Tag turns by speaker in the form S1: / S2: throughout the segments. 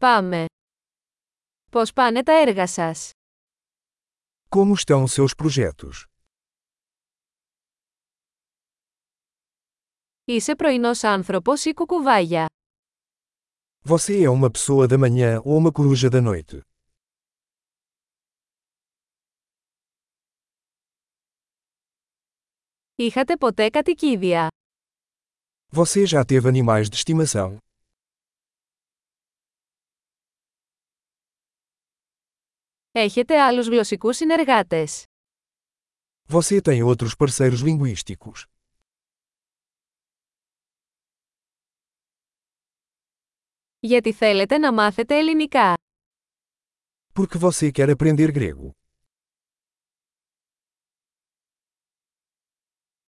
S1: Πάμε. Πώς πάνε τα έργα σας?
S2: Como estão seus projetos?
S1: Είσαι πρωινός άνθρωπος ή κουκουβάγια.
S2: Você é uma pessoa da manhã ou uma coruja da noite?
S1: Είχατε ποτέ κατοικίδια.
S2: Você já teve animais de estimação?
S1: Έχετε άλλους γλωσσικούς συνεργάτες.
S2: Você tem outros parceiros linguísticos?
S1: Γιατί θέλετε να μάθετε ελληνικά.
S2: Porque você quer aprender grego?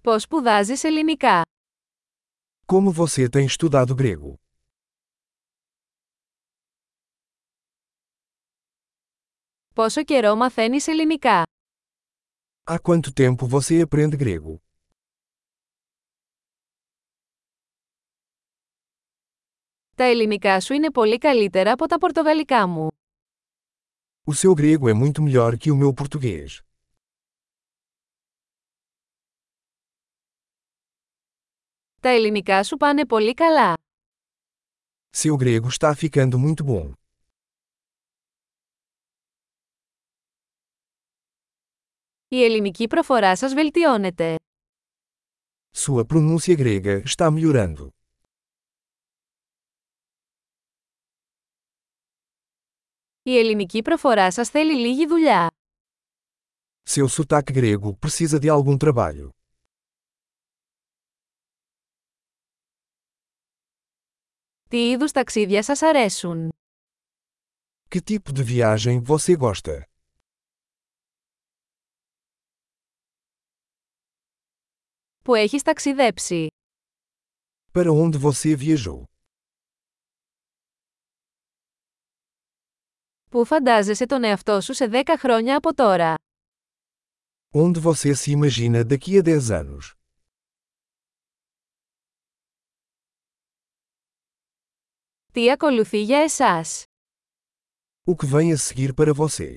S1: Πώς σπουδάζεις ελληνικά.
S2: Como você tem estudado grego?
S1: Πόσο καιρό μαθαίνεις ελληνικά.
S2: Há quanto tempo você aprende grego?
S1: Τα ελληνικά σου είναι πολύ καλύτερα από τα πορτογαλικά μου.
S2: O seu grego é muito melhor que o meu português.
S1: Τα ελληνικά σου πάνε πολύ καλά.
S2: Seu grego está ficando muito bom.
S1: Η ελληνική προφορά σας βελτιώνεται.
S2: Sua pronúncia grega está melhorando.
S1: Η ελληνική προφορά σας θέλει λίγη δουλειά.
S2: Seu sotaque grego precisa de algum trabalho.
S1: Τι είδους ταξίδια σας αρέσουν.
S2: Que tipo de viagem você gosta?
S1: Που έχεις ταξιδέψει.
S2: Para onde você viajou?
S1: Πού φαντάζεσαι τον εαυτό σου σε 10 χρόνια από τώρα.
S2: Onde você se imagina daqui a 10 anos?
S1: Τι ακολουθεί για εσάς.
S2: O que vem a seguir para você?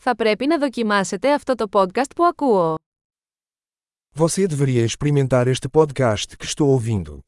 S1: Θα πρέπει να δοκιμάσετε αυτό το podcast που ακούω.
S2: Você deveria experimentar este podcast que estou ouvindo.